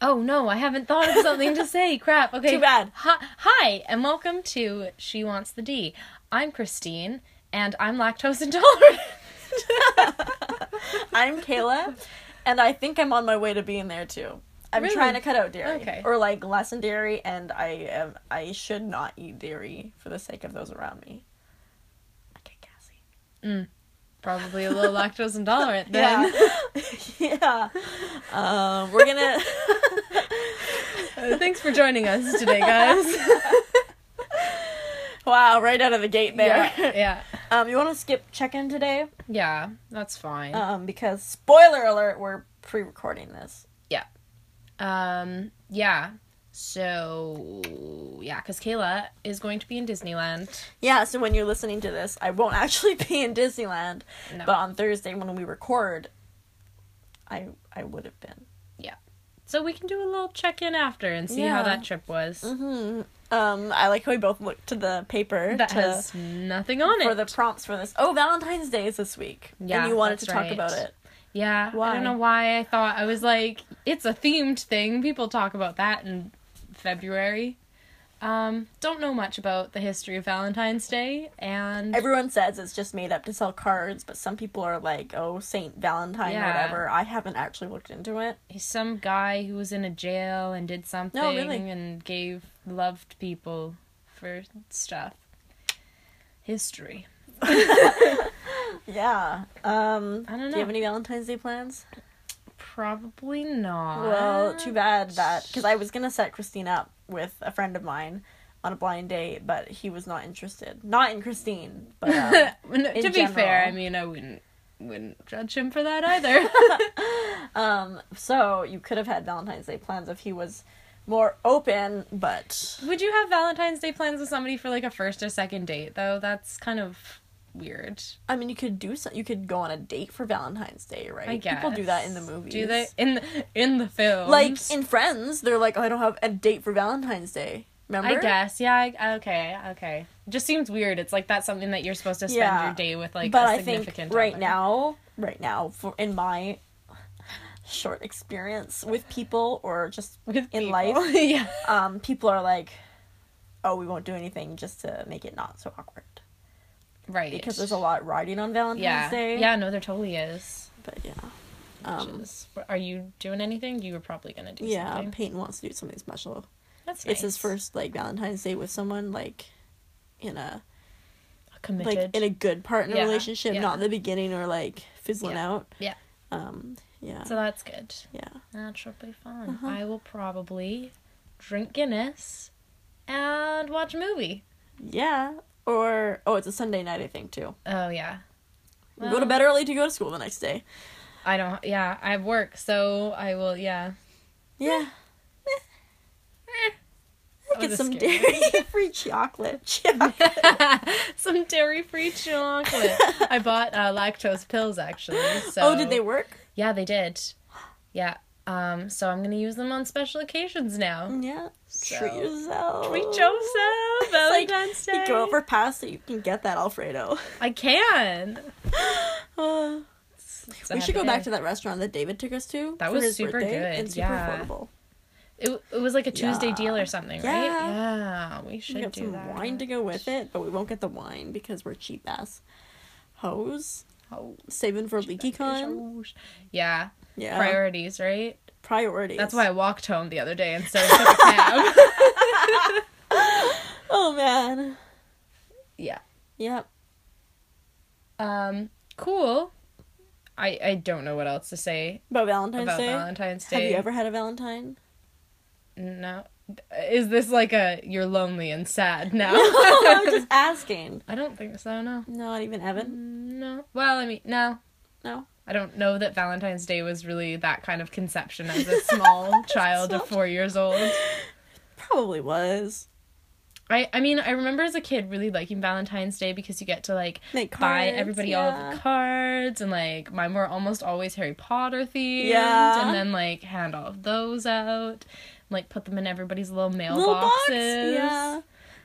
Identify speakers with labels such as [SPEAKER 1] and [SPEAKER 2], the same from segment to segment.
[SPEAKER 1] Oh no, I haven't thought of something to say. Crap. Okay.
[SPEAKER 2] Too bad.
[SPEAKER 1] Hi, hi, and welcome to She Wants the D. I'm Christine, and I'm lactose intolerant.
[SPEAKER 2] I'm Kayla, and I think I'm on my way to being there too. I'm
[SPEAKER 1] Really?
[SPEAKER 2] trying to cut out dairy,
[SPEAKER 1] Okay.
[SPEAKER 2] or like lessen dairy, and I am I should not eat dairy for the sake of those around me. Okay, Cassie.
[SPEAKER 1] Probably a little lactose intolerant then.
[SPEAKER 2] yeah. Um, we're gonna.
[SPEAKER 1] Uh, Thanks for joining us today, guys.
[SPEAKER 2] wow, right out of the gate there.
[SPEAKER 1] Yeah. Yeah.
[SPEAKER 2] Um, you want to skip check-in today?
[SPEAKER 1] Yeah, that's fine.
[SPEAKER 2] Um, because spoiler alert, we're pre-recording this.
[SPEAKER 1] Yeah. Um, yeah. So, yeah, because Kayla is going to be in Disneyland.
[SPEAKER 2] Yeah, so when you're listening to this, I won't actually be in Disneyland,
[SPEAKER 1] No.
[SPEAKER 2] but on Thursday when we record, I I would have been.
[SPEAKER 1] Yeah. So we can do a little check in after and see
[SPEAKER 2] Yeah. Mm-hmm.
[SPEAKER 1] how that trip was.
[SPEAKER 2] Um, I like how we both looked to the paper
[SPEAKER 1] That
[SPEAKER 2] to,
[SPEAKER 1] has nothing on
[SPEAKER 2] for
[SPEAKER 1] it.
[SPEAKER 2] the prompts for this. Oh, Valentine's Day is this week,
[SPEAKER 1] Yeah,
[SPEAKER 2] and you wanted
[SPEAKER 1] that's
[SPEAKER 2] to talk
[SPEAKER 1] right.
[SPEAKER 2] about it.
[SPEAKER 1] yeah. I
[SPEAKER 2] Why?
[SPEAKER 1] don't know why I thought I was like, it's a themed thing. People talk about that in February. Um, don't know much about the history of Valentine's Day and
[SPEAKER 2] Everyone says it's just made up to sell cards, but some people are like, "Oh, Saint Valentine,
[SPEAKER 1] Yeah.
[SPEAKER 2] whatever." I haven't actually looked into it.
[SPEAKER 1] he's some guy who was in a jail and did something
[SPEAKER 2] really.
[SPEAKER 1] and gave loved people for stuff. History.
[SPEAKER 2] Yeah. Um,
[SPEAKER 1] I don't
[SPEAKER 2] Do
[SPEAKER 1] know.
[SPEAKER 2] you have any Valentine's Day plans?
[SPEAKER 1] Probably not.
[SPEAKER 2] Well, too bad that because I was gonna set Christine up with a friend of mine on a blind date, but he was not interested. Not in Christine, but um,
[SPEAKER 1] No,
[SPEAKER 2] in
[SPEAKER 1] to be fair,
[SPEAKER 2] general.
[SPEAKER 1] I mean, I wouldn't wouldn't judge him for that either.
[SPEAKER 2] um, so you could have had Valentine's Day plans if he was more open. But
[SPEAKER 1] Would you have Valentine's Day plans with somebody for like a first or second date though? That's kind of weird.
[SPEAKER 2] I mean, you could do so. You could go on a date for Valentine's Day, right?
[SPEAKER 1] I guess
[SPEAKER 2] people do that in the movies.
[SPEAKER 1] Do they in the, in the film?
[SPEAKER 2] Like in Friends, they're like, "Oh, I don't have a date for Valentine's Day." Remember?
[SPEAKER 1] I guess yeah. I, okay, okay. Just seems weird. It's like that's something that you're supposed to spend
[SPEAKER 2] Yeah.
[SPEAKER 1] your day with like
[SPEAKER 2] but
[SPEAKER 1] a
[SPEAKER 2] I
[SPEAKER 1] significant.
[SPEAKER 2] think right
[SPEAKER 1] other.
[SPEAKER 2] now, right now, for in my short experience with people or just
[SPEAKER 1] with
[SPEAKER 2] in
[SPEAKER 1] people.
[SPEAKER 2] life,
[SPEAKER 1] yeah.
[SPEAKER 2] um, people are like, "Oh, we won't do anything just to make it not so awkward,"
[SPEAKER 1] Right.
[SPEAKER 2] because there's a lot riding on Valentine's
[SPEAKER 1] Yeah.
[SPEAKER 2] Day.
[SPEAKER 1] Yeah. No, there totally is.
[SPEAKER 2] but yeah,
[SPEAKER 1] Which
[SPEAKER 2] um,
[SPEAKER 1] is- are you doing anything? You were probably gonna do
[SPEAKER 2] yeah.
[SPEAKER 1] something.
[SPEAKER 2] Peyton wants to do something special.
[SPEAKER 1] That's
[SPEAKER 2] It's his
[SPEAKER 1] nice.
[SPEAKER 2] first like Valentine's Day with someone like in a
[SPEAKER 1] A committed.
[SPEAKER 2] like in a good partner
[SPEAKER 1] Yeah,
[SPEAKER 2] relationship,
[SPEAKER 1] yeah.
[SPEAKER 2] not in the beginning or like fizzling
[SPEAKER 1] Yeah.
[SPEAKER 2] out.
[SPEAKER 1] Yeah.
[SPEAKER 2] Um. Yeah.
[SPEAKER 1] so that's good.
[SPEAKER 2] yeah.
[SPEAKER 1] That should be fun.
[SPEAKER 2] Uh-huh.
[SPEAKER 1] I will probably drink Guinness and watch a movie.
[SPEAKER 2] Yeah. Or oh, it's a Sunday night, I think too.
[SPEAKER 1] Oh yeah.
[SPEAKER 2] We go to
[SPEAKER 1] Well,
[SPEAKER 2] bed early to go to school the next day.
[SPEAKER 1] I don't. Yeah, I have work, so I will. Yeah.
[SPEAKER 2] Yeah.
[SPEAKER 1] Oh,
[SPEAKER 2] Get
[SPEAKER 1] this
[SPEAKER 2] some
[SPEAKER 1] scared
[SPEAKER 2] dairy free chocolate. Yeah.
[SPEAKER 1] Some dairy-free chocolate. I bought uh, lactose pills actually. So.
[SPEAKER 2] Oh, did they work?
[SPEAKER 1] Yeah, they did. Yeah. Um. So I'm gonna use them on special occasions now.
[SPEAKER 2] Yeah. Treat
[SPEAKER 1] So-
[SPEAKER 2] yourself.
[SPEAKER 1] Treat yourself.
[SPEAKER 2] Oh. like,
[SPEAKER 1] Valentine's Day.
[SPEAKER 2] You go over past it, you can get that Alfredo.
[SPEAKER 1] I can.
[SPEAKER 2] Uh,
[SPEAKER 1] It's a
[SPEAKER 2] we should
[SPEAKER 1] happy
[SPEAKER 2] go back
[SPEAKER 1] day.
[SPEAKER 2] to that restaurant that David took us to.
[SPEAKER 1] That
[SPEAKER 2] for
[SPEAKER 1] was
[SPEAKER 2] his
[SPEAKER 1] super
[SPEAKER 2] birthday,
[SPEAKER 1] good,
[SPEAKER 2] and super
[SPEAKER 1] yeah.
[SPEAKER 2] affordable.
[SPEAKER 1] It, it was like a Tuesday
[SPEAKER 2] Yeah.
[SPEAKER 1] deal or something,
[SPEAKER 2] Yeah.
[SPEAKER 1] right? Yeah, we should
[SPEAKER 2] We got
[SPEAKER 1] do
[SPEAKER 2] some
[SPEAKER 1] that.
[SPEAKER 2] wine to go with it, but we won't get the wine because we're cheap ass hoes
[SPEAKER 1] Oh,
[SPEAKER 2] saving for LeakyCon.
[SPEAKER 1] shows. Oh, Yeah,
[SPEAKER 2] Yeah,
[SPEAKER 1] priorities, right?
[SPEAKER 2] priorities.
[SPEAKER 1] That's why I walked home the other day instead of took a cab.
[SPEAKER 2] Oh man.
[SPEAKER 1] yeah.
[SPEAKER 2] Yep.
[SPEAKER 1] Um. Cool. I I don't know what else to say
[SPEAKER 2] About Valentine's
[SPEAKER 1] about
[SPEAKER 2] Day.
[SPEAKER 1] Valentine's Day.
[SPEAKER 2] Have you ever had a Valentine?
[SPEAKER 1] No. Is this like a you're lonely and sad now?
[SPEAKER 2] I'm just asking.
[SPEAKER 1] I don't think so. No.
[SPEAKER 2] Not even Evan.
[SPEAKER 1] No. Well, I mean, no.
[SPEAKER 2] No.
[SPEAKER 1] I don't know that Valentine's Day was really that kind of conception as a small child of four years old.
[SPEAKER 2] Probably was.
[SPEAKER 1] I, I mean, I remember as a kid really liking Valentine's Day because you get to like
[SPEAKER 2] Make
[SPEAKER 1] buy
[SPEAKER 2] cards,
[SPEAKER 1] everybody all
[SPEAKER 2] yeah.
[SPEAKER 1] the cards and like mine were almost always Harry Potter themed.
[SPEAKER 2] Yeah.
[SPEAKER 1] And then like hand all of those out, like put them in everybody's little mailboxes.
[SPEAKER 2] Little box. Yeah.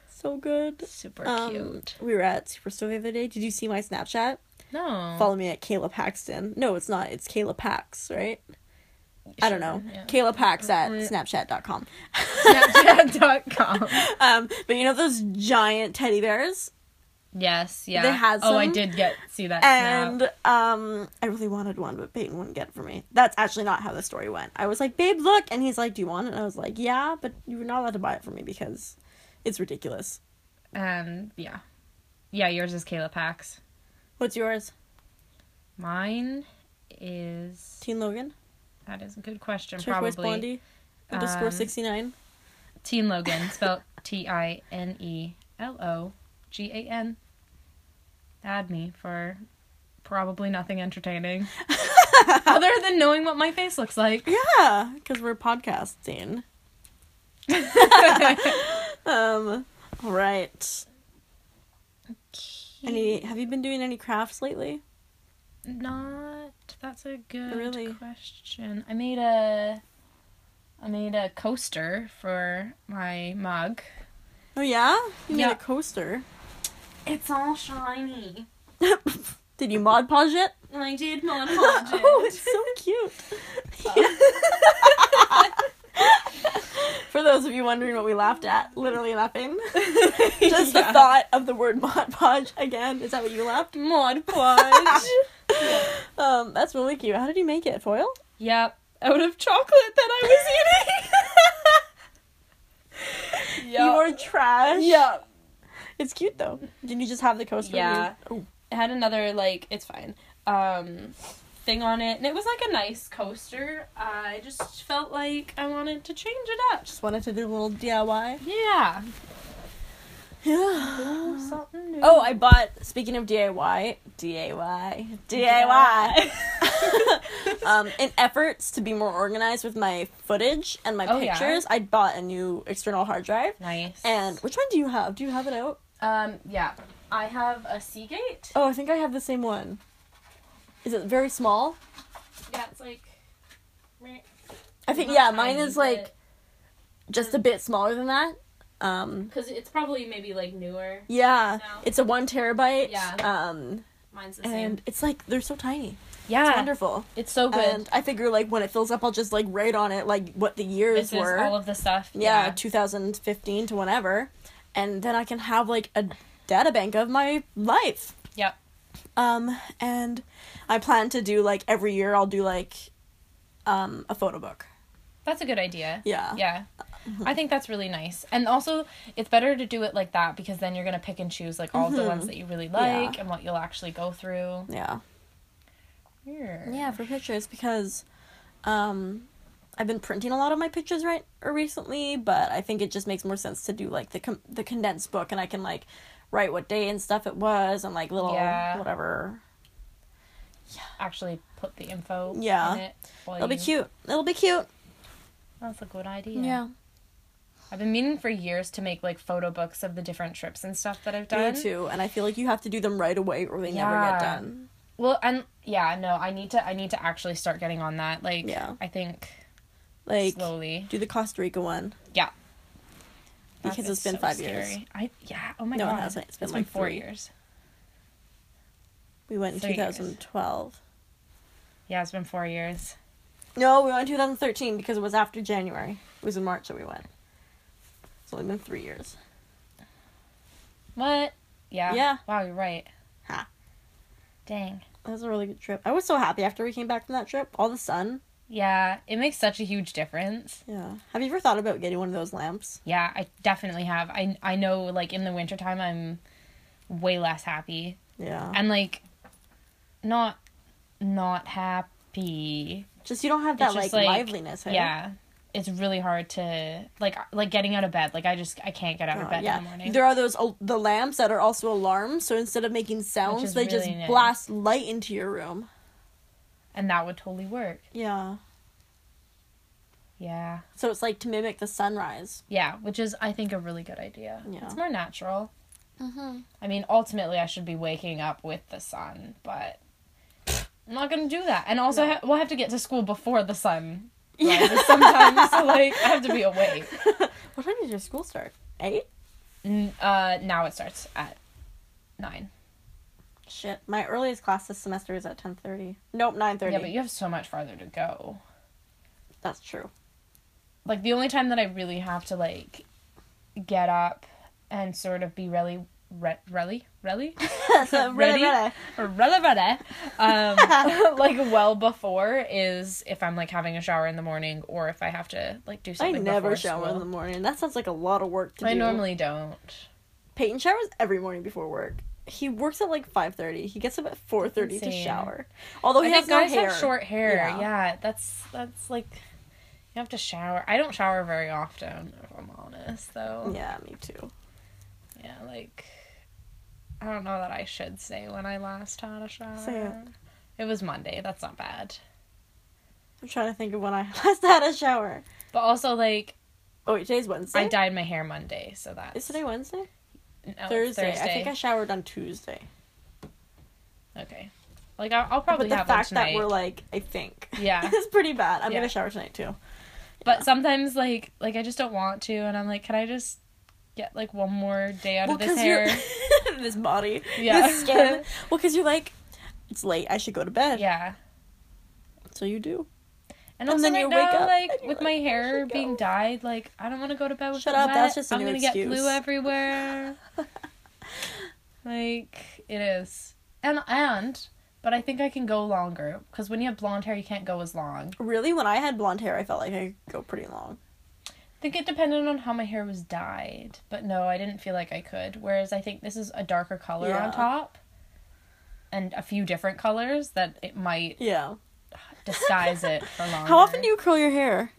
[SPEAKER 2] So good.
[SPEAKER 1] Super
[SPEAKER 2] Um,
[SPEAKER 1] cute.
[SPEAKER 2] We were at Superstore the other day. Did you see my Snapchat?
[SPEAKER 1] No.
[SPEAKER 2] Follow me at Kayla Paxton. No, it's not. It's Kayla Pax, right? I don't know.
[SPEAKER 1] yeah.
[SPEAKER 2] Kayla Pax at
[SPEAKER 1] Mm.
[SPEAKER 2] snapchat.com.
[SPEAKER 1] Snapchat.com.
[SPEAKER 2] Um, but you know those giant teddy bears?
[SPEAKER 1] Yes, yeah.
[SPEAKER 2] They had
[SPEAKER 1] Oh, I
[SPEAKER 2] some.
[SPEAKER 1] did get see that
[SPEAKER 2] And
[SPEAKER 1] snap.
[SPEAKER 2] um, I really wanted one, but Peyton wouldn't get it for me. That's actually not how the story went. I was like, babe, look. And he's like, do you want it? And I was like, yeah, but you were not allowed to buy it for me because it's ridiculous.
[SPEAKER 1] And yeah. Yeah, yours is Kayla Pax.
[SPEAKER 2] What's yours?
[SPEAKER 1] Mine is
[SPEAKER 2] Teen Logan?
[SPEAKER 1] that is a good question.
[SPEAKER 2] Turquoise
[SPEAKER 1] probably
[SPEAKER 2] Blondie? Underscore
[SPEAKER 1] Um,
[SPEAKER 2] 69?
[SPEAKER 1] Teen Logan, spelled T I N E L O G A N. Add me for probably nothing entertaining. Other than knowing what my face looks like.
[SPEAKER 2] Yeah, because we're podcasting. um, all right. Any? Have you been doing any crafts lately?
[SPEAKER 1] Not. That's a good
[SPEAKER 2] Really?
[SPEAKER 1] question. I made a. I made a coaster for my mug.
[SPEAKER 2] Oh yeah, you made
[SPEAKER 1] Yeah.
[SPEAKER 2] a coaster.
[SPEAKER 1] It's all shiny.
[SPEAKER 2] Did you mod podge it?
[SPEAKER 1] I did Mod
[SPEAKER 2] oh, it's so cute. For those of you wondering what we laughed at, literally laughing. Just the thought of the word mod podge again. Is that what you laughed?
[SPEAKER 1] Mod Podge.
[SPEAKER 2] Um, that's really cute. How did you make it? Foil?
[SPEAKER 1] yep. Out of chocolate that I was eating.
[SPEAKER 2] You are trash.
[SPEAKER 1] Yeah.
[SPEAKER 2] It's cute though. Did you just have the coaster?
[SPEAKER 1] Yeah.
[SPEAKER 2] Oh,
[SPEAKER 1] It had another like it's fine um thing on it and it was like a nice coaster i just felt like i wanted to change it up
[SPEAKER 2] just wanted to do a little DIY.
[SPEAKER 1] yeah
[SPEAKER 2] Yeah.
[SPEAKER 1] something new.
[SPEAKER 2] Oh, I bought. Speaking of DIY, DIY, DIY. um, in efforts to be more organized with my footage and my
[SPEAKER 1] Oh, yeah.
[SPEAKER 2] pictures, I bought a new external hard drive.
[SPEAKER 1] nice
[SPEAKER 2] And which one do you have? Do you have it out?
[SPEAKER 1] um yeah i have a seagate
[SPEAKER 2] Oh, I think I have the same one. Is it very small?
[SPEAKER 1] yeah it's like right-
[SPEAKER 2] I think
[SPEAKER 1] not
[SPEAKER 2] yeah, mine
[SPEAKER 1] tiny,
[SPEAKER 2] is like just a bit smaller than that. Um,
[SPEAKER 1] because it's probably maybe like newer
[SPEAKER 2] yeah,
[SPEAKER 1] No.
[SPEAKER 2] it's a one terabyte.
[SPEAKER 1] Yeah.
[SPEAKER 2] Um,
[SPEAKER 1] mine's the same
[SPEAKER 2] and it's like they're so tiny.
[SPEAKER 1] yeah
[SPEAKER 2] It's wonderful.
[SPEAKER 1] it's so good
[SPEAKER 2] And I figure like when it fills up, I'll just like write on it like what the years
[SPEAKER 1] this is
[SPEAKER 2] were.
[SPEAKER 1] all of the stuff
[SPEAKER 2] yeah, 2015 to whenever, and then I can have like a data bank of my life.
[SPEAKER 1] yep
[SPEAKER 2] Um, and I plan to do like every year. I'll do like, um, a photo book.
[SPEAKER 1] That's a good idea.
[SPEAKER 2] Yeah.
[SPEAKER 1] Yeah. I think that's really nice. And also, it's better to do it like that because then you're going to pick and choose like all the ones that you really like
[SPEAKER 2] Mm-hmm. Yeah.
[SPEAKER 1] and what you'll actually go through.
[SPEAKER 2] Yeah.
[SPEAKER 1] Yeah.
[SPEAKER 2] Yeah, for pictures because, um, I've been printing a lot of my pictures right or recently, but I think it just makes more sense to do like the com- the condensed book, and I can like write what day and stuff it was, and like little
[SPEAKER 1] Yeah.
[SPEAKER 2] whatever.
[SPEAKER 1] Actually, put the info
[SPEAKER 2] Yeah.
[SPEAKER 1] in it. while
[SPEAKER 2] It'll be
[SPEAKER 1] you-
[SPEAKER 2] cute. It'll be cute.
[SPEAKER 1] That's a good idea.
[SPEAKER 2] Yeah.
[SPEAKER 1] I've been meaning for years to make like photo books of the different trips and stuff that I've done.
[SPEAKER 2] Me too. And I feel like you have to do them right away or they never
[SPEAKER 1] Yeah.
[SPEAKER 2] get done.
[SPEAKER 1] Well, and yeah, no, I need to I need to actually start getting on that. Like
[SPEAKER 2] Yeah.
[SPEAKER 1] I think
[SPEAKER 2] Like
[SPEAKER 1] slowly.
[SPEAKER 2] do the Costa Rica one.
[SPEAKER 1] Yeah.
[SPEAKER 2] Because
[SPEAKER 1] That's-
[SPEAKER 2] it's been five years.
[SPEAKER 1] scary. I yeah, oh my
[SPEAKER 2] No, it
[SPEAKER 1] god.
[SPEAKER 2] hasn't. It's been,
[SPEAKER 1] It's
[SPEAKER 2] like,
[SPEAKER 1] four
[SPEAKER 2] three.
[SPEAKER 1] years.
[SPEAKER 2] We went in
[SPEAKER 1] Three years.
[SPEAKER 2] 2012.
[SPEAKER 1] Yeah, it's been 4 years.
[SPEAKER 2] No, we went in 2013 because it was after January. It was in March that we went. It's only been three years.
[SPEAKER 1] What? Yeah.
[SPEAKER 2] Yeah.
[SPEAKER 1] Wow, you're right.
[SPEAKER 2] Ha.
[SPEAKER 1] Dang.
[SPEAKER 2] That was a really good trip. I was so happy after we came back from that trip. All the sun.
[SPEAKER 1] Yeah, it makes such a huge difference.
[SPEAKER 2] Yeah. Have you ever thought about getting one of those lamps?
[SPEAKER 1] Yeah, I definitely have. I I know like in the wintertime I'm way less happy.
[SPEAKER 2] Yeah.
[SPEAKER 1] And like not not happy.
[SPEAKER 2] just you don't have that
[SPEAKER 1] It's
[SPEAKER 2] like,
[SPEAKER 1] just, like,
[SPEAKER 2] liveliness. Hey?
[SPEAKER 1] Yeah. It's really hard to like like getting out of bed. Like I just I can't get out
[SPEAKER 2] Oh,
[SPEAKER 1] of bed
[SPEAKER 2] yeah.
[SPEAKER 1] in the morning.
[SPEAKER 2] There are those al- the lamps that are also alarms, so instead of making sounds,
[SPEAKER 1] is
[SPEAKER 2] they just
[SPEAKER 1] really nice.
[SPEAKER 2] blast light into your room.
[SPEAKER 1] and that would totally work.
[SPEAKER 2] Yeah.
[SPEAKER 1] Yeah.
[SPEAKER 2] So it's like to mimic the sunrise.
[SPEAKER 1] Yeah, which is I think a really good idea.
[SPEAKER 2] Yeah.
[SPEAKER 1] It's more natural.
[SPEAKER 2] Mm-hmm.
[SPEAKER 1] I mean, ultimately, I should be waking up with the sun, but I'm not gonna do that. And also, I ha- we'll have to get to school before the sun rises sometimes. so, like, I have to be awake.
[SPEAKER 2] What time does your school start? Eight.
[SPEAKER 1] N- uh, now it starts at nine.
[SPEAKER 2] Shit, my earliest class this semester is at ten thirty. Nope, nine thirty.
[SPEAKER 1] Yeah, but you have so much farther to go.
[SPEAKER 2] That's true.
[SPEAKER 1] like the only time that I really have to like get up and sort of be really re- really really Ready? relevant um like well before is if I'm like having a shower in the morning or if I have to like do
[SPEAKER 2] I
[SPEAKER 1] something
[SPEAKER 2] never
[SPEAKER 1] before
[SPEAKER 2] shower
[SPEAKER 1] school.
[SPEAKER 2] in the morning. That sounds like a lot of work to
[SPEAKER 1] I
[SPEAKER 2] do.
[SPEAKER 1] normally don't.
[SPEAKER 2] Peyton showers every morning before work. He works at like five thirty. He gets up at four thirty to
[SPEAKER 1] Insane.
[SPEAKER 2] shower. Although
[SPEAKER 1] I
[SPEAKER 2] he
[SPEAKER 1] think
[SPEAKER 2] has Oh, no
[SPEAKER 1] guys
[SPEAKER 2] hair.
[SPEAKER 1] have short hair.
[SPEAKER 2] Yeah.
[SPEAKER 1] Yeah. that's that's like you have to shower. I don't shower very often, if I'm honest, though.
[SPEAKER 2] Yeah, me too.
[SPEAKER 1] Yeah, like I don't know that I should say when I last had a shower.
[SPEAKER 2] Say it.
[SPEAKER 1] It was Monday. That's not bad.
[SPEAKER 2] I'm trying to think of when I last had a shower.
[SPEAKER 1] But also, like
[SPEAKER 2] Oh wait, today's Wednesday.
[SPEAKER 1] I dyed my hair Monday, so that's
[SPEAKER 2] Is today Wednesday?
[SPEAKER 1] no, it's
[SPEAKER 2] Thursday. I
[SPEAKER 1] Thursday.
[SPEAKER 2] think I showered on Tuesday.
[SPEAKER 1] Okay, like I'll, I'll probably
[SPEAKER 2] but the
[SPEAKER 1] have one
[SPEAKER 2] fact that
[SPEAKER 1] tonight.
[SPEAKER 2] we're like, I think.
[SPEAKER 1] Yeah.
[SPEAKER 2] it's pretty bad. I'm
[SPEAKER 1] Yeah.
[SPEAKER 2] gonna shower tonight too.
[SPEAKER 1] but sometimes, like like I just don't want to, and I'm like, can I just get like one more day out of this hair?
[SPEAKER 2] you're this body,
[SPEAKER 1] Yeah.
[SPEAKER 2] this skin. Well, because you're like, it's late. I should go to bed.
[SPEAKER 1] yeah.
[SPEAKER 2] So you do.
[SPEAKER 1] And,
[SPEAKER 2] And
[SPEAKER 1] also
[SPEAKER 2] then
[SPEAKER 1] right
[SPEAKER 2] you
[SPEAKER 1] now,
[SPEAKER 2] wake up
[SPEAKER 1] like
[SPEAKER 2] and you're
[SPEAKER 1] with
[SPEAKER 2] like,
[SPEAKER 1] my
[SPEAKER 2] I
[SPEAKER 1] hair
[SPEAKER 2] should go.
[SPEAKER 1] being dyed, like I don't want to go to bed with
[SPEAKER 2] Shut
[SPEAKER 1] it
[SPEAKER 2] up,
[SPEAKER 1] wet.
[SPEAKER 2] that's just a
[SPEAKER 1] I'm
[SPEAKER 2] new
[SPEAKER 1] gonna get
[SPEAKER 2] excuse.
[SPEAKER 1] blue everywhere. like it is, and and but I think I can go longer because when you have blonde hair, you can't go as long.
[SPEAKER 2] Really, when I had blonde hair, I felt like I could go pretty long.
[SPEAKER 1] I think it depended on how my hair was dyed, but no, I didn't feel like I could. Whereas I think this is a darker color
[SPEAKER 2] Yeah.
[SPEAKER 1] on top, and a few different colors that it might
[SPEAKER 2] Yeah.
[SPEAKER 1] disguise it for longer.
[SPEAKER 2] How often do you curl your hair?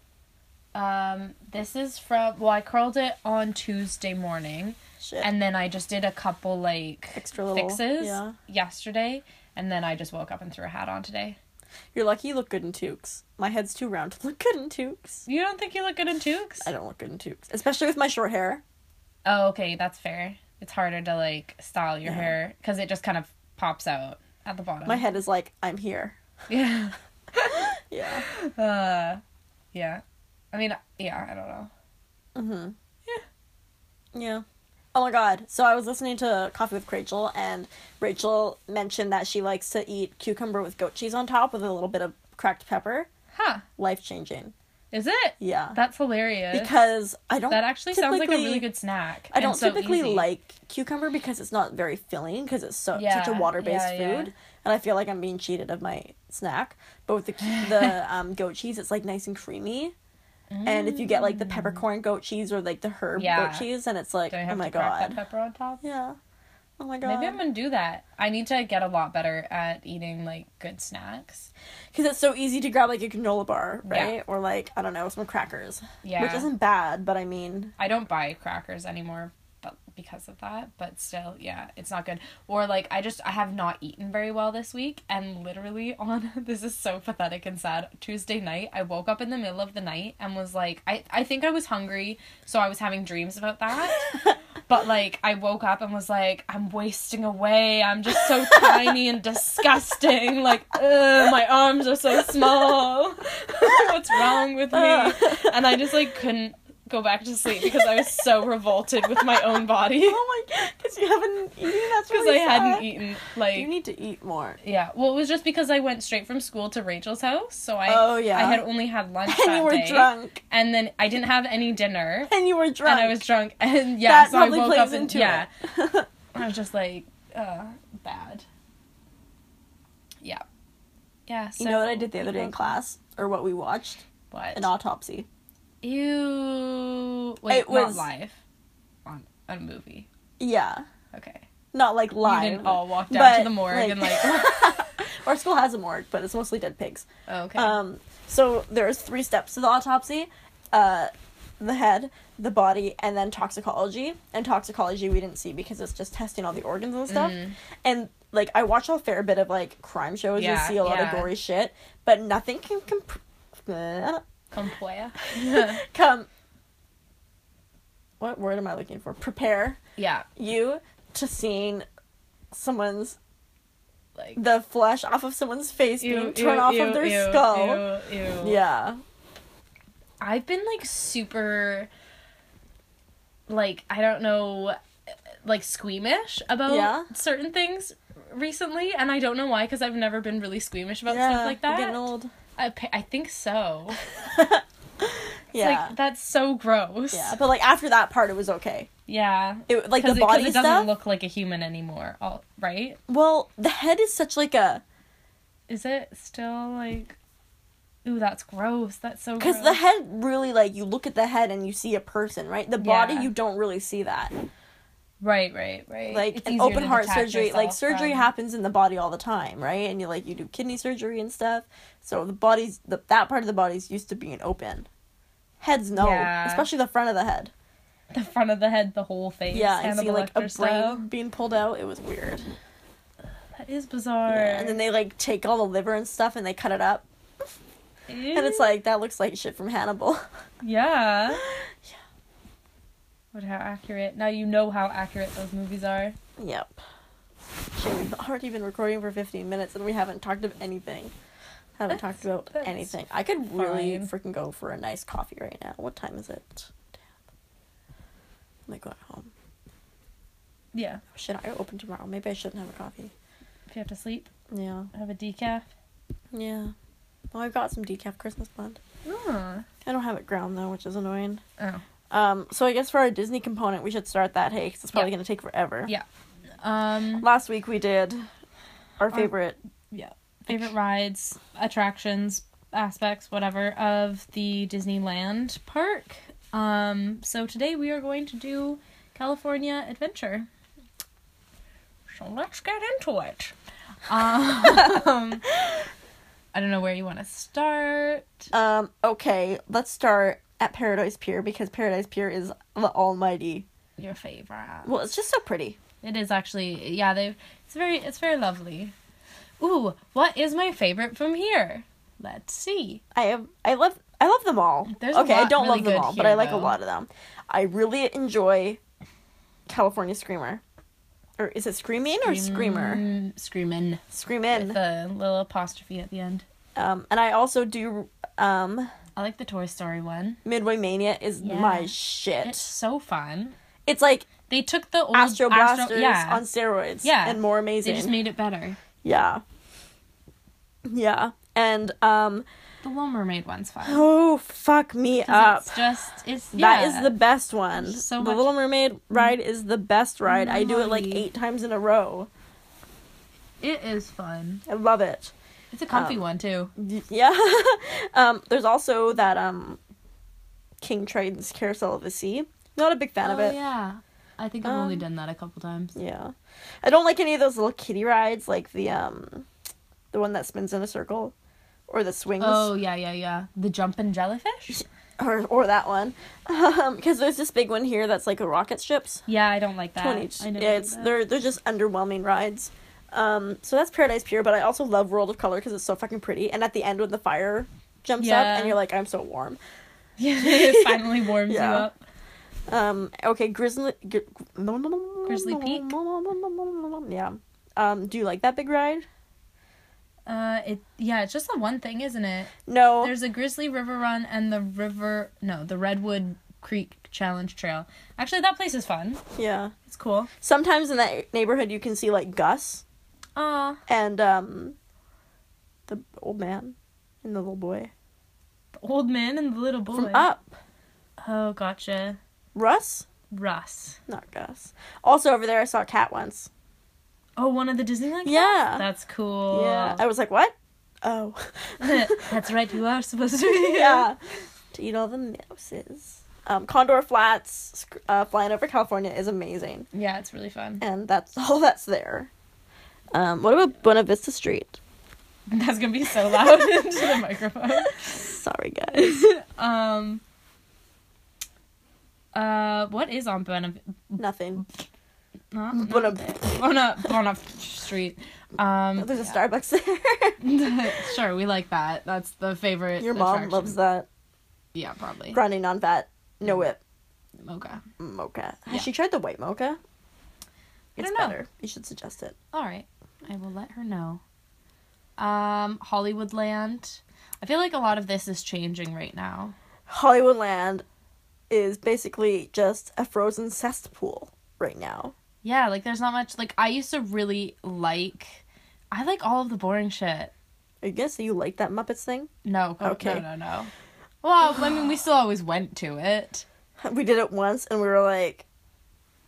[SPEAKER 1] Um, this is from well, I curled it on Tuesday morning,
[SPEAKER 2] Shit.
[SPEAKER 1] and then I just did a couple like
[SPEAKER 2] Extra little.
[SPEAKER 1] fixes
[SPEAKER 2] Yeah.
[SPEAKER 1] yesterday, and then I just woke up and threw a hat on today.
[SPEAKER 2] You're lucky you look good in toques. My head's too round to look good in toques.
[SPEAKER 1] You don't think you look good in toques?
[SPEAKER 2] I don't look good in toques, especially with my short hair.
[SPEAKER 1] Oh, okay, that's fair. It's harder to like style your
[SPEAKER 2] Yeah.
[SPEAKER 1] hair because it just kind of pops out at the bottom.
[SPEAKER 2] My head is like, I'm here.
[SPEAKER 1] Yeah.
[SPEAKER 2] Yeah.
[SPEAKER 1] Uh, yeah. I mean, yeah. I don't know.
[SPEAKER 2] Mm-hmm. Yeah. Yeah. Oh my god. So I was listening to Coffee with Rachel and Rachel mentioned that she likes to eat cucumber with goat cheese on top with a little bit of cracked pepper.
[SPEAKER 1] Huh?
[SPEAKER 2] Life changing.
[SPEAKER 1] Is it?
[SPEAKER 2] Yeah.
[SPEAKER 1] That's hilarious.
[SPEAKER 2] because I don't
[SPEAKER 1] that actually sounds like a
[SPEAKER 2] typically-
[SPEAKER 1] really good snack.
[SPEAKER 2] I
[SPEAKER 1] and
[SPEAKER 2] don't
[SPEAKER 1] so
[SPEAKER 2] typically
[SPEAKER 1] easy.
[SPEAKER 2] like cucumber because it's not very filling because it's so
[SPEAKER 1] Yeah,
[SPEAKER 2] such a water based
[SPEAKER 1] yeah, yeah.
[SPEAKER 2] food, and I feel like I'm being cheated of my snack. But with the cu- the um, goat cheese, it's like nice and creamy, and if you get like the peppercorn goat cheese or like the herb
[SPEAKER 1] Mm. Yeah.
[SPEAKER 2] goat cheese, and it's like
[SPEAKER 1] Do I have
[SPEAKER 2] oh my
[SPEAKER 1] to crack that
[SPEAKER 2] god,
[SPEAKER 1] pepper on top?
[SPEAKER 2] yeah, oh my
[SPEAKER 1] Maybe I'm
[SPEAKER 2] god,
[SPEAKER 1] gonna do that. I need to get a lot better at eating like good snacks.
[SPEAKER 2] because it's so easy to grab like a granola bar,
[SPEAKER 1] Yeah.
[SPEAKER 2] right, or like I don't know some crackers,
[SPEAKER 1] Yeah,
[SPEAKER 2] which isn't bad, but I mean
[SPEAKER 1] I don't buy crackers anymore, but because of that. But still, yeah, it's not good. Or like I just I have not eaten very well this week, and literally on this is so pathetic and sad. Tuesday night, I woke up in the middle of the night and was like, I I think I was hungry, so I was having dreams about that. But like I woke up and was like, I'm wasting away. I'm just so tiny and disgusting. Like, ugh, my arms are so small. What's wrong with me? And I just like couldn't go back to sleep because I was so revolted with my own body
[SPEAKER 2] oh my god, because you haven't eaten that's
[SPEAKER 1] because
[SPEAKER 2] really
[SPEAKER 1] I hadn't
[SPEAKER 2] sad.
[SPEAKER 1] eaten. Like,
[SPEAKER 2] You need to eat more.
[SPEAKER 1] yeah. Well, it was just because I went straight from school to Rachel's house, so I
[SPEAKER 2] Oh, yeah.
[SPEAKER 1] I had only had lunch
[SPEAKER 2] And
[SPEAKER 1] that
[SPEAKER 2] you were
[SPEAKER 1] day,
[SPEAKER 2] drunk.
[SPEAKER 1] and then I didn't have any dinner,
[SPEAKER 2] and you were drunk.
[SPEAKER 1] and I was drunk, and yeah,
[SPEAKER 2] that
[SPEAKER 1] so I
[SPEAKER 2] probably
[SPEAKER 1] woke
[SPEAKER 2] plays
[SPEAKER 1] up and
[SPEAKER 2] into
[SPEAKER 1] yeah.
[SPEAKER 2] it.
[SPEAKER 1] I was just like, uh, bad. Yeah. Yeah. So
[SPEAKER 2] you know what I did the other day in class, or what we watched?
[SPEAKER 1] What?
[SPEAKER 2] An autopsy.
[SPEAKER 1] Ew. Wait,
[SPEAKER 2] It was-
[SPEAKER 1] not live. On, on a movie.
[SPEAKER 2] Yeah,
[SPEAKER 1] Okay.
[SPEAKER 2] not like
[SPEAKER 1] We
[SPEAKER 2] live.
[SPEAKER 1] didn't all walk down
[SPEAKER 2] but,
[SPEAKER 1] to the morgue and like. oh,
[SPEAKER 2] Our school has a morgue, but it's mostly dead pigs.
[SPEAKER 1] okay.
[SPEAKER 2] Um, so there's three steps to the autopsy: uh, the head, the body, and then toxicology. And toxicology we didn't see because it's just testing all the organs and stuff.
[SPEAKER 1] Mm-hmm.
[SPEAKER 2] And like I watch a fair bit of like crime shows
[SPEAKER 1] Yeah,
[SPEAKER 2] and see a lot
[SPEAKER 1] yeah.
[SPEAKER 2] of gory shit, but nothing can comp- uh,
[SPEAKER 1] Compoya.
[SPEAKER 2] come. What word am I looking for? Prepare
[SPEAKER 1] yeah.
[SPEAKER 2] you to seeing someone's
[SPEAKER 1] Like.
[SPEAKER 2] the flesh off of someone's face being torn off of their
[SPEAKER 1] ew,
[SPEAKER 2] skull.
[SPEAKER 1] Ew, ew.
[SPEAKER 2] Yeah.
[SPEAKER 1] I've been like super like I don't know like squeamish about
[SPEAKER 2] Yeah.
[SPEAKER 1] certain things recently and I don't know why cuz I've never been really squeamish about stuff like
[SPEAKER 2] you're
[SPEAKER 1] that.
[SPEAKER 2] Getting old.
[SPEAKER 1] I, pa- I think so. It's
[SPEAKER 2] yeah.
[SPEAKER 1] Like that's so gross.
[SPEAKER 2] yeah. But like after that part, it was okay.
[SPEAKER 1] Yeah.
[SPEAKER 2] It like
[SPEAKER 1] 'Cause
[SPEAKER 2] the
[SPEAKER 1] it- 'cause
[SPEAKER 2] body
[SPEAKER 1] it,
[SPEAKER 2] stuff.
[SPEAKER 1] doesn't look like a human anymore. All right?
[SPEAKER 2] well, the head is such like a
[SPEAKER 1] Is it still like? Ooh, that's gross. That's so.
[SPEAKER 2] because the
[SPEAKER 1] gross.
[SPEAKER 2] head really like you look at the head and you see a person, right? The body
[SPEAKER 1] Yeah.
[SPEAKER 2] you don't really see that.
[SPEAKER 1] Right, right, right.
[SPEAKER 2] Like
[SPEAKER 1] It's
[SPEAKER 2] an
[SPEAKER 1] easier
[SPEAKER 2] open
[SPEAKER 1] to
[SPEAKER 2] heart
[SPEAKER 1] detach
[SPEAKER 2] surgery, like
[SPEAKER 1] yourself
[SPEAKER 2] surgery
[SPEAKER 1] from-
[SPEAKER 2] happens in the body all the time, right? And you like you do kidney surgery and stuff. So the body's the, that part of the body's used to being open. Heads no,
[SPEAKER 1] Yeah.
[SPEAKER 2] especially the front of the head.
[SPEAKER 1] the front of the head, the whole face.
[SPEAKER 2] yeah, and see
[SPEAKER 1] Hannibal
[SPEAKER 2] like a brain
[SPEAKER 1] Lecter style.
[SPEAKER 2] being pulled out. It was weird.
[SPEAKER 1] That is bizarre.
[SPEAKER 2] Yeah, and then they like take all the liver and stuff and they cut it up. And
[SPEAKER 1] Eh.
[SPEAKER 2] it's like that looks like shit from Hannibal.
[SPEAKER 1] Yeah. yeah. But how accurate? Now you know how accurate those movies are.
[SPEAKER 2] yep. Shit, we've already been recording for 15 minutes and we haven't talked of anything. Haven't
[SPEAKER 1] That's-
[SPEAKER 2] talked about
[SPEAKER 1] that's
[SPEAKER 2] anything. I could really
[SPEAKER 1] fine.
[SPEAKER 2] freaking go for a nice coffee right now. What time is it? Damn. I'm like going home.
[SPEAKER 1] Yeah.
[SPEAKER 2] Should I open tomorrow? Maybe I shouldn't have a coffee.
[SPEAKER 1] If you have to sleep,
[SPEAKER 2] Yeah.
[SPEAKER 1] have a decaf.
[SPEAKER 2] Yeah. Well, I've got some decaf Christmas blend.
[SPEAKER 1] Oh.
[SPEAKER 2] I don't have it ground though, which is annoying.
[SPEAKER 1] oh.
[SPEAKER 2] Um, so I guess for our Disney component, we should start that, hey, because it's probably
[SPEAKER 1] Yeah.
[SPEAKER 2] going to take forever.
[SPEAKER 1] Yeah. Um.
[SPEAKER 2] Last week we did our favorite.
[SPEAKER 1] Yeah. Favorite rides, attractions, aspects, whatever of the Disneyland park. Um. So today we are going to do California Adventure. So let's get into it. Um. I don't know where you want to start.
[SPEAKER 2] Um, okay, let's start at Paradise Pier because Paradise Pier is the almighty.
[SPEAKER 1] Your favorite.
[SPEAKER 2] Well, it's just so pretty.
[SPEAKER 1] It is actually, yeah. They, it's very, it's very lovely. Ooh, what is my favorite from here? Let's see.
[SPEAKER 2] I have, I love, I love them all.
[SPEAKER 1] There's a
[SPEAKER 2] okay, I
[SPEAKER 1] lot
[SPEAKER 2] don't
[SPEAKER 1] really
[SPEAKER 2] love them
[SPEAKER 1] good
[SPEAKER 2] all, but
[SPEAKER 1] here,
[SPEAKER 2] I like
[SPEAKER 1] though.
[SPEAKER 2] a lot of them. I really enjoy California Screamer, or is it Screaming or Screamer?
[SPEAKER 1] Mm, Screamin'
[SPEAKER 2] Screamin'.
[SPEAKER 1] with the little apostrophe at the end.
[SPEAKER 2] um, and I also do. Um,
[SPEAKER 1] I like the Toy Story one.
[SPEAKER 2] Midway Mania is
[SPEAKER 1] Yeah.
[SPEAKER 2] my shit.
[SPEAKER 1] It's so fun.
[SPEAKER 2] it's like
[SPEAKER 1] They took the old
[SPEAKER 2] Astro Blasters
[SPEAKER 1] yeah,
[SPEAKER 2] on steroids.
[SPEAKER 1] Yeah.
[SPEAKER 2] And more
[SPEAKER 1] they
[SPEAKER 2] amazing.
[SPEAKER 1] just made it better.
[SPEAKER 2] yeah. Yeah. And um
[SPEAKER 1] The Little Mermaid one's fun.
[SPEAKER 2] oh fuck me
[SPEAKER 1] 'Cause
[SPEAKER 2] up.
[SPEAKER 1] It's just it's
[SPEAKER 2] That
[SPEAKER 1] yeah.
[SPEAKER 2] is the best one.
[SPEAKER 1] There's so
[SPEAKER 2] the
[SPEAKER 1] much-
[SPEAKER 2] Little Mermaid ride is the best ride. I do it like
[SPEAKER 1] Nice.
[SPEAKER 2] eight times in a row.
[SPEAKER 1] it is fun.
[SPEAKER 2] I love it.
[SPEAKER 1] It's a comfy
[SPEAKER 2] Um,
[SPEAKER 1] one too.
[SPEAKER 2] Y- Yeah. um, there's also that um King Triton's Carousel of the Sea. Not a big fan of
[SPEAKER 1] oh
[SPEAKER 2] it.
[SPEAKER 1] yeah, I think I've only
[SPEAKER 2] Um,
[SPEAKER 1] done that a couple times.
[SPEAKER 2] Yeah. I don't like any of those little kiddie rides, like the um the one that spins in a circle. Or the swings.
[SPEAKER 1] Oh yeah, yeah, yeah. The jumping jellyfish.
[SPEAKER 2] Or or that one. Um, because there's this big one here that's like a rocket ships.
[SPEAKER 1] Yeah, I don't like that.
[SPEAKER 2] Twenty
[SPEAKER 1] I never
[SPEAKER 2] yeah,
[SPEAKER 1] did
[SPEAKER 2] it's
[SPEAKER 1] that.
[SPEAKER 2] they're they're just underwhelming rides. Um, so that's Paradise Pier, but I also love World of Color because it's so fucking pretty. And at the end when the fire jumps up
[SPEAKER 1] Yeah.
[SPEAKER 2] and you're like, I'm so warm.
[SPEAKER 1] Yeah, it finally warms
[SPEAKER 2] Yeah.
[SPEAKER 1] you up.
[SPEAKER 2] Um, okay, Grizzly gri-
[SPEAKER 1] Grizzly Peak.
[SPEAKER 2] Yeah. Um, do you like that big ride?
[SPEAKER 1] Uh, it yeah, it's just the one thing, isn't it?
[SPEAKER 2] No.
[SPEAKER 1] There's a Grizzly River Run and the river no, the Redwood Creek Challenge Trail. Actually, that place is fun.
[SPEAKER 2] Yeah.
[SPEAKER 1] It's cool.
[SPEAKER 2] Sometimes in that neighborhood you can see like Gus
[SPEAKER 1] Ah,
[SPEAKER 2] and um the old man and the little boy.
[SPEAKER 1] the old man and the little boy.
[SPEAKER 2] From up.
[SPEAKER 1] Oh, gotcha.
[SPEAKER 2] Russ?
[SPEAKER 1] Russ.
[SPEAKER 2] Not Gus. Also over there I saw a cat once.
[SPEAKER 1] Oh, one of the Disneyland. cats?
[SPEAKER 2] Yeah.
[SPEAKER 1] That's cool.
[SPEAKER 2] Yeah. I was like, What? Oh.
[SPEAKER 1] That's right. You are supposed to. Be
[SPEAKER 2] yeah. To eat all the mouses. Um, Condor Flats, sc- uh, flying over California is amazing.
[SPEAKER 1] Yeah, it's really fun.
[SPEAKER 2] and that's all that's there. Um, what about Buena Vista Street?
[SPEAKER 1] That's gonna be so loud into the microphone.
[SPEAKER 2] Sorry, guys.
[SPEAKER 1] Um. Uh, what is on Bonap-
[SPEAKER 2] Nothing.
[SPEAKER 1] not, not
[SPEAKER 2] Bona-
[SPEAKER 1] there. Bona Bona Street? Um,
[SPEAKER 2] There's a Starbucks there.
[SPEAKER 1] sure, we like that. That's the favorite.
[SPEAKER 2] Your mom
[SPEAKER 1] attraction.
[SPEAKER 2] loves that.
[SPEAKER 1] Yeah, probably
[SPEAKER 2] Grande non fat, no whip, Mm,
[SPEAKER 1] mocha.
[SPEAKER 2] mocha. Has
[SPEAKER 1] Yeah.
[SPEAKER 2] she tried the white mocha?
[SPEAKER 1] I
[SPEAKER 2] It's
[SPEAKER 1] don't know.
[SPEAKER 2] better. You should suggest it.
[SPEAKER 1] All right, I will let her know. Um, Hollywoodland. I feel like a lot of this is changing right now.
[SPEAKER 2] Hollywoodland is basically just a frozen cesspool right now.
[SPEAKER 1] Yeah, like there's not much. Like I used to really like. I like all of the boring shit.
[SPEAKER 2] I guess you like that Muppets thing.
[SPEAKER 1] No. co-
[SPEAKER 2] Okay.
[SPEAKER 1] No, no, no. Well, I mean, we still always went to it.
[SPEAKER 2] We did it once and we were like,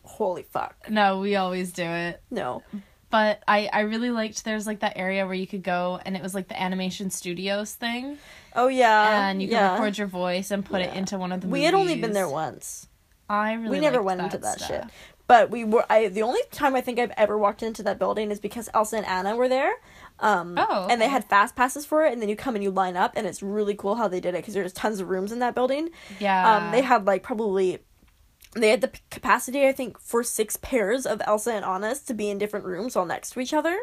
[SPEAKER 2] holy fuck.
[SPEAKER 1] No, we always do it.
[SPEAKER 2] No.
[SPEAKER 1] But I, I really liked there's like that area where you could go and it was like the animation studios thing.
[SPEAKER 2] Oh, yeah.
[SPEAKER 1] and you could
[SPEAKER 2] yeah.
[SPEAKER 1] record your voice and put it
[SPEAKER 2] Yeah.
[SPEAKER 1] into one of the
[SPEAKER 2] We had only been there
[SPEAKER 1] movies.
[SPEAKER 2] once.
[SPEAKER 1] I really
[SPEAKER 2] we never
[SPEAKER 1] liked
[SPEAKER 2] went into that shit.
[SPEAKER 1] stuff.
[SPEAKER 2] But we were I the only time I think I've ever walked into that building is because Elsa and Anna were there. Um
[SPEAKER 1] Oh,
[SPEAKER 2] and they
[SPEAKER 1] okay.
[SPEAKER 2] had fast passes for it and then you come and you line up and it's really cool how they did it cuz there's tons of rooms in that building.
[SPEAKER 1] Yeah.
[SPEAKER 2] Um they had like probably they had the p- capacity I think for six pairs of Elsa and Anna's to be in different rooms all next to each other.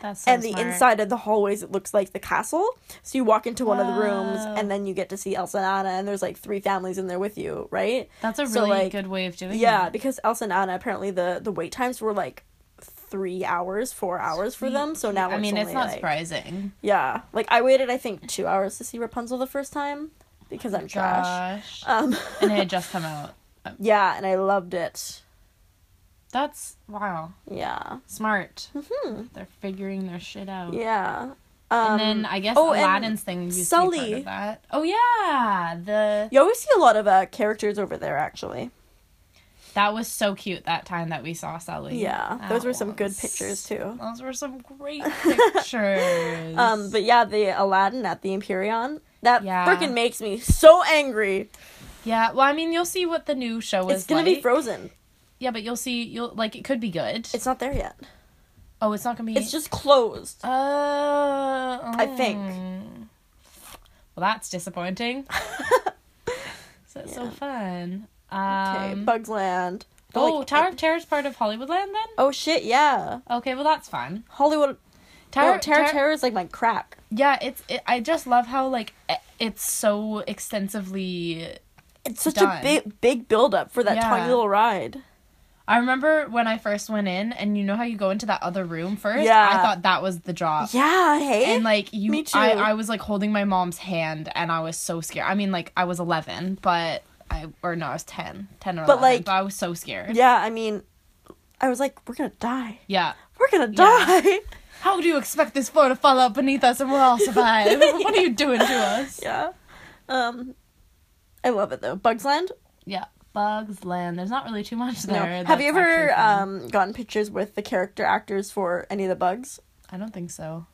[SPEAKER 1] That's so
[SPEAKER 2] and the
[SPEAKER 1] smart.
[SPEAKER 2] inside of the hallways it looks like the castle. So you walk into one of the rooms
[SPEAKER 1] Wow.
[SPEAKER 2] and then you get to see Elsa and Anna and there's like three families in there with you, right?
[SPEAKER 1] That's a really
[SPEAKER 2] so, like,
[SPEAKER 1] good way of doing
[SPEAKER 2] Yeah,
[SPEAKER 1] it.
[SPEAKER 2] because Elsa and Anna apparently the the wait times were like three hours, four hours for them. So now
[SPEAKER 1] I mean, it's
[SPEAKER 2] only,
[SPEAKER 1] not
[SPEAKER 2] like-
[SPEAKER 1] surprising.
[SPEAKER 2] Yeah, like I waited I think two hours to see Rapunzel the first time because I'm trash.
[SPEAKER 1] Gosh.
[SPEAKER 2] Um,
[SPEAKER 1] and it had just come out.
[SPEAKER 2] yeah, and I loved it.
[SPEAKER 1] That's wow,
[SPEAKER 2] Yeah,
[SPEAKER 1] smart. They're figuring their shit out.
[SPEAKER 2] Mm-hmm. yeah.
[SPEAKER 1] And
[SPEAKER 2] Um,
[SPEAKER 1] then I guess
[SPEAKER 2] oh, and
[SPEAKER 1] Aladdin's thing used to be
[SPEAKER 2] Sully.
[SPEAKER 1] part of that. Oh yeah, the
[SPEAKER 2] You always see a lot of uh, characters over there actually.
[SPEAKER 1] that was so cute that time that we saw Sully.
[SPEAKER 2] Yeah, those
[SPEAKER 1] That
[SPEAKER 2] were some good
[SPEAKER 1] was-
[SPEAKER 2] pictures, too.
[SPEAKER 1] Those were some great pictures.
[SPEAKER 2] Um, but yeah, the Aladdin at the Empyrean that
[SPEAKER 1] Yeah.
[SPEAKER 2] freaking makes me so angry.
[SPEAKER 1] yeah, well, I mean, you'll see what the new show is.
[SPEAKER 2] It's gonna be
[SPEAKER 1] like.
[SPEAKER 2] frozen.
[SPEAKER 1] Yeah, but you'll see. You'll like it could be good.
[SPEAKER 2] It's not there yet.
[SPEAKER 1] oh, it's not gonna be.
[SPEAKER 2] It's just closed.
[SPEAKER 1] Uh, I
[SPEAKER 2] think.
[SPEAKER 1] mm. Well, that's disappointing. so it's so
[SPEAKER 2] Yeah.
[SPEAKER 1] fun.
[SPEAKER 2] Okay,
[SPEAKER 1] Um,
[SPEAKER 2] Bugs Land. But,
[SPEAKER 1] oh,
[SPEAKER 2] like,
[SPEAKER 1] Tower of Terror is part of Hollywoodland then?
[SPEAKER 2] Oh shit, yeah.
[SPEAKER 1] Okay, well that's fun.
[SPEAKER 2] Hollywood
[SPEAKER 1] Tower,
[SPEAKER 2] no, Terror
[SPEAKER 1] Ter-
[SPEAKER 2] Terror is like my crack.
[SPEAKER 1] Yeah, it's. It, I just love how like e- it's so extensively.
[SPEAKER 2] It's such
[SPEAKER 1] Done.
[SPEAKER 2] a big big build up for that
[SPEAKER 1] Yeah.
[SPEAKER 2] tiny little ride.
[SPEAKER 1] I remember when I first went in, and you know how you go into that other room first.
[SPEAKER 2] Yeah.
[SPEAKER 1] I thought that was the drop.
[SPEAKER 2] Yeah, hey.
[SPEAKER 1] And like you,
[SPEAKER 2] Eh, Me too.
[SPEAKER 1] I, I was like holding my mom's hand, and I was so scared. I mean, like I was eleven, but I or no, I was 10, 10 or
[SPEAKER 2] But,
[SPEAKER 1] eleven.
[SPEAKER 2] like-
[SPEAKER 1] but I was so scared.
[SPEAKER 2] yeah, I mean I was like, we're gonna die.
[SPEAKER 1] Yeah.
[SPEAKER 2] We're gonna
[SPEAKER 1] Yeah.
[SPEAKER 2] die.
[SPEAKER 1] How do you expect this floor to fall out beneath us and we'll all survive? What are you doing to us?
[SPEAKER 2] yeah. Um I love it though. Bugs Land?
[SPEAKER 1] Yeah. Bugs Land. There's not really too much
[SPEAKER 2] No.
[SPEAKER 1] there.
[SPEAKER 2] Have
[SPEAKER 1] that's
[SPEAKER 2] you
[SPEAKER 1] actually
[SPEAKER 2] ever
[SPEAKER 1] fun.
[SPEAKER 2] um gotten pictures with the character actors for any of the bugs?
[SPEAKER 1] I don't think so.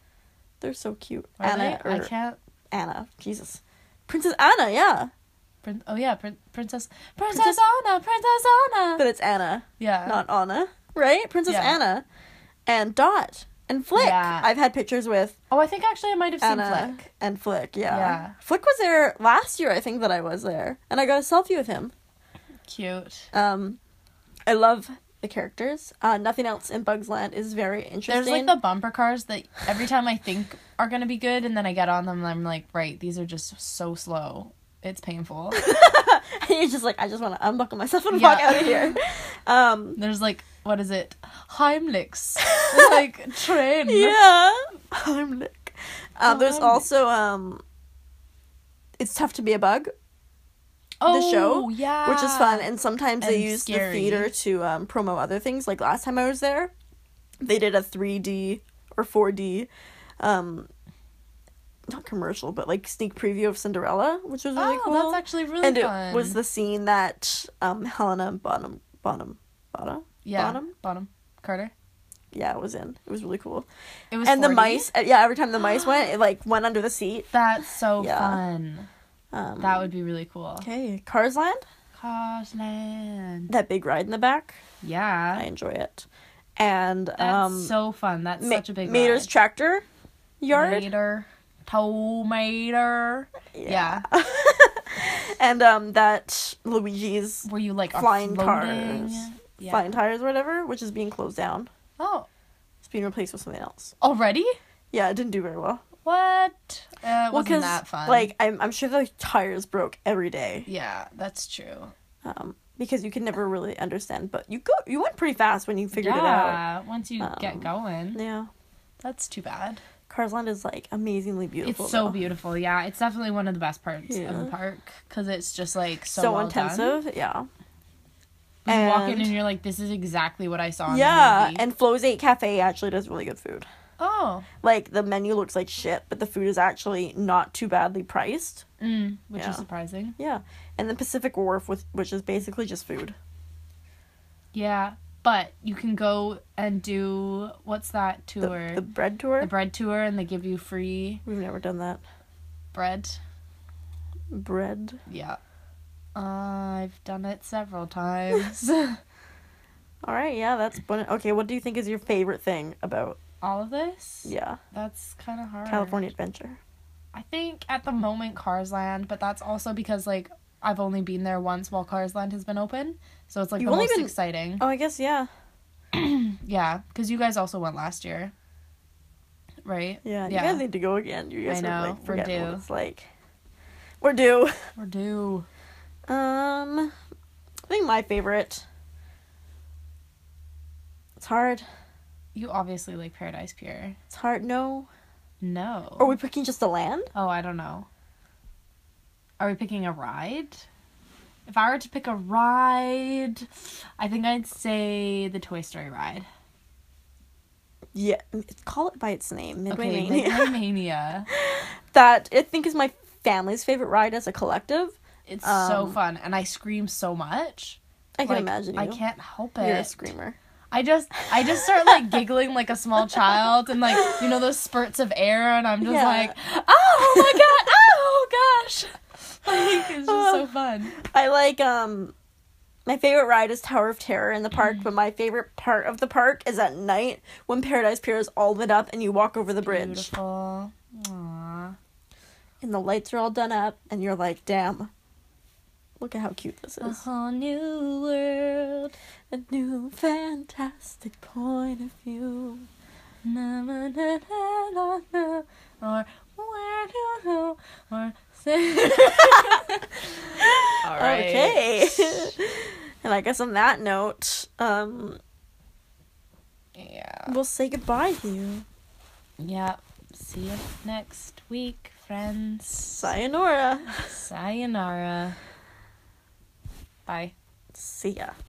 [SPEAKER 2] They're so cute.
[SPEAKER 1] Are
[SPEAKER 2] Anna
[SPEAKER 1] they? I
[SPEAKER 2] or
[SPEAKER 1] can't.
[SPEAKER 2] Anna. Jesus. Princess Anna, yeah.
[SPEAKER 1] Prin- oh yeah, prin- princess, princess, Anna, princess Anna.
[SPEAKER 2] But it's Anna.
[SPEAKER 1] yeah.
[SPEAKER 2] not Anna, right? Princess
[SPEAKER 1] Oh. Yeah.
[SPEAKER 2] Anna and Dot and Flick.
[SPEAKER 1] Yeah.
[SPEAKER 2] I've had pictures with
[SPEAKER 1] oh, I think actually I might have seen
[SPEAKER 2] Anna
[SPEAKER 1] Flick.
[SPEAKER 2] and Flick. Yeah.
[SPEAKER 1] Yeah.
[SPEAKER 2] Flick was there last year, I think that I was there, and I got a selfie with him.
[SPEAKER 1] Cute.
[SPEAKER 2] Um, I love the characters. Uh, nothing else in Bugs Land is very interesting.
[SPEAKER 1] There's like the bumper cars that every time I think are gonna be good, and then I get on them and I'm like, right, these are just so slow. It's painful.
[SPEAKER 2] you're just like I just want to unbuckle myself and
[SPEAKER 1] Yeah.
[SPEAKER 2] walk out of here. Um,
[SPEAKER 1] There's like, what is it? Heimlichs. It's like train.
[SPEAKER 2] yeah, I'm Nick. Um, there's
[SPEAKER 1] Oh, I'm Nick.
[SPEAKER 2] also um, it's tough to be a bug.
[SPEAKER 1] Oh,
[SPEAKER 2] show,
[SPEAKER 1] yeah.
[SPEAKER 2] which is fun. And sometimes they
[SPEAKER 1] Ah, And
[SPEAKER 2] use
[SPEAKER 1] scary.
[SPEAKER 2] the theater to um, promo other things. Like last time I was there, they did a 3D or 4D, um, not commercial, but like sneak preview of Cinderella, which was really
[SPEAKER 1] oh,
[SPEAKER 2] cool.
[SPEAKER 1] that's actually really
[SPEAKER 2] and
[SPEAKER 1] fun.
[SPEAKER 2] it was the scene that um, Helena Bonham Bonham Bonham
[SPEAKER 1] yeah,
[SPEAKER 2] Bonham
[SPEAKER 1] bottom Carter.
[SPEAKER 2] yeah was in. It was really cool.
[SPEAKER 1] It was
[SPEAKER 2] and
[SPEAKER 1] 40?
[SPEAKER 2] the mice, uh, yeah, every time the mice went, it like went under the seat.
[SPEAKER 1] That's so
[SPEAKER 2] Yeah.
[SPEAKER 1] fun.
[SPEAKER 2] Um,
[SPEAKER 1] That would be really cool.
[SPEAKER 2] okay. Cars Land,
[SPEAKER 1] Cosland.
[SPEAKER 2] that big ride in the back,
[SPEAKER 1] Yeah.
[SPEAKER 2] I enjoy it. And
[SPEAKER 1] That's
[SPEAKER 2] um,
[SPEAKER 1] so fun. That's
[SPEAKER 2] Ma-
[SPEAKER 1] such a big
[SPEAKER 2] Mater's
[SPEAKER 1] ride.
[SPEAKER 2] tractor yard.
[SPEAKER 1] Mater. Tomater. Yeah.
[SPEAKER 2] And um that Luigi's
[SPEAKER 1] Where you like are
[SPEAKER 2] Flying
[SPEAKER 1] floating.
[SPEAKER 2] cars.
[SPEAKER 1] Yeah.
[SPEAKER 2] flying tires or whatever, which is being closed down.
[SPEAKER 1] Oh,
[SPEAKER 2] It's being replaced with something else.
[SPEAKER 1] already?
[SPEAKER 2] Yeah, it didn't do very well.
[SPEAKER 1] What? Uh, it
[SPEAKER 2] Well,
[SPEAKER 1] wasn't
[SPEAKER 2] 'cause,
[SPEAKER 1] that fun.
[SPEAKER 2] Like I'm I'm sure the tires broke every day.
[SPEAKER 1] yeah, that's true.
[SPEAKER 2] Um because you could never really understand, but you go you went pretty fast when you figured it out.
[SPEAKER 1] yeah, once you get
[SPEAKER 2] Um,
[SPEAKER 1] going,
[SPEAKER 2] Yeah.
[SPEAKER 1] that's too bad.
[SPEAKER 2] Carsland is like amazingly beautiful.
[SPEAKER 1] it's so
[SPEAKER 2] though.
[SPEAKER 1] beautiful. Yeah, it's definitely one of the best parts of the
[SPEAKER 2] Yeah.
[SPEAKER 1] park because it's just like so,
[SPEAKER 2] So,
[SPEAKER 1] well Done.
[SPEAKER 2] intensive, yeah.
[SPEAKER 1] You walk in
[SPEAKER 2] And-
[SPEAKER 1] and you're like, this is exactly what I saw. In
[SPEAKER 2] Yeah,
[SPEAKER 1] the movie.
[SPEAKER 2] and Flo's Eight Cafe actually does really good food.
[SPEAKER 1] Oh.
[SPEAKER 2] Like the menu looks like shit, but the food is actually not too badly priced.
[SPEAKER 1] Mm, which
[SPEAKER 2] Yeah.
[SPEAKER 1] is surprising.
[SPEAKER 2] Yeah. And then Pacific Wharf with which is basically just food.
[SPEAKER 1] Yeah. But you can go and do what's that
[SPEAKER 2] The,
[SPEAKER 1] tour?
[SPEAKER 2] the bread tour.
[SPEAKER 1] the bread tour and they give you free
[SPEAKER 2] We've never done that.
[SPEAKER 1] bread.
[SPEAKER 2] Bread.
[SPEAKER 1] Yeah. Uh, I've done it several times.
[SPEAKER 2] All right, yeah, that's one. Okay, what do you think is your favorite thing about
[SPEAKER 1] All of this?
[SPEAKER 2] yeah,
[SPEAKER 1] That's kind of hard.
[SPEAKER 2] California Adventure?
[SPEAKER 1] I think at the moment Cars Land, but that's also because like I've only been there once while Cars Land has been open, so it's like
[SPEAKER 2] You've
[SPEAKER 1] the
[SPEAKER 2] only
[SPEAKER 1] most
[SPEAKER 2] been-
[SPEAKER 1] exciting.
[SPEAKER 2] Oh, I guess yeah.
[SPEAKER 1] Yeah, because you guys also went last year, right?
[SPEAKER 2] Yeah, you
[SPEAKER 1] yeah.
[SPEAKER 2] guys need to go again. You guys
[SPEAKER 1] I
[SPEAKER 2] are
[SPEAKER 1] know,
[SPEAKER 2] like
[SPEAKER 1] we're
[SPEAKER 2] forgetting what
[SPEAKER 1] due.
[SPEAKER 2] it's like. We're due.
[SPEAKER 1] We're due.
[SPEAKER 2] Um, I think my favorite. It's hard.
[SPEAKER 1] You obviously like Paradise Pier.
[SPEAKER 2] It's hard. No.
[SPEAKER 1] No.
[SPEAKER 2] Are we picking just the land?
[SPEAKER 1] Oh, I don't know. Are we picking a ride? If I were to pick a ride, I think I'd say the Toy Story ride.
[SPEAKER 2] Yeah. m- Call it by its name, Midway
[SPEAKER 1] Okay,
[SPEAKER 2] Mania.
[SPEAKER 1] Midway Mania.
[SPEAKER 2] that I think is my family's favorite ride as a collective.
[SPEAKER 1] It's so
[SPEAKER 2] Um,
[SPEAKER 1] fun, and I scream so much.
[SPEAKER 2] I can
[SPEAKER 1] Like,
[SPEAKER 2] imagine you.
[SPEAKER 1] I can't help it.
[SPEAKER 2] You're a screamer.
[SPEAKER 1] I just, I just start like giggling like a small child, and like you know those spurts of air, and I'm just
[SPEAKER 2] Yeah.
[SPEAKER 1] like, oh my god, oh gosh, like it's just so
[SPEAKER 2] Oh.
[SPEAKER 1] fun.
[SPEAKER 2] I like um my favorite ride is Tower of Terror in the
[SPEAKER 1] Mm.
[SPEAKER 2] park, but my favorite part of the park is at night when Paradise Pier is all lit up and you walk over the bridge
[SPEAKER 1] Beautiful. Aww.
[SPEAKER 2] and the lights are all done up and you're like, "Damn. Look at how cute this
[SPEAKER 1] A
[SPEAKER 2] is."
[SPEAKER 1] whole new world.
[SPEAKER 2] A new fantastic point of view.
[SPEAKER 1] Na, na, na, na, na, na. Or where do you know? Or say. All right.
[SPEAKER 2] Okay. and I guess on that note, um
[SPEAKER 1] Yeah.
[SPEAKER 2] we'll say goodbye to you.
[SPEAKER 1] Yeah. See you next week, friends.
[SPEAKER 2] Sayonara.
[SPEAKER 1] Sayonara. Bye.
[SPEAKER 2] See ya.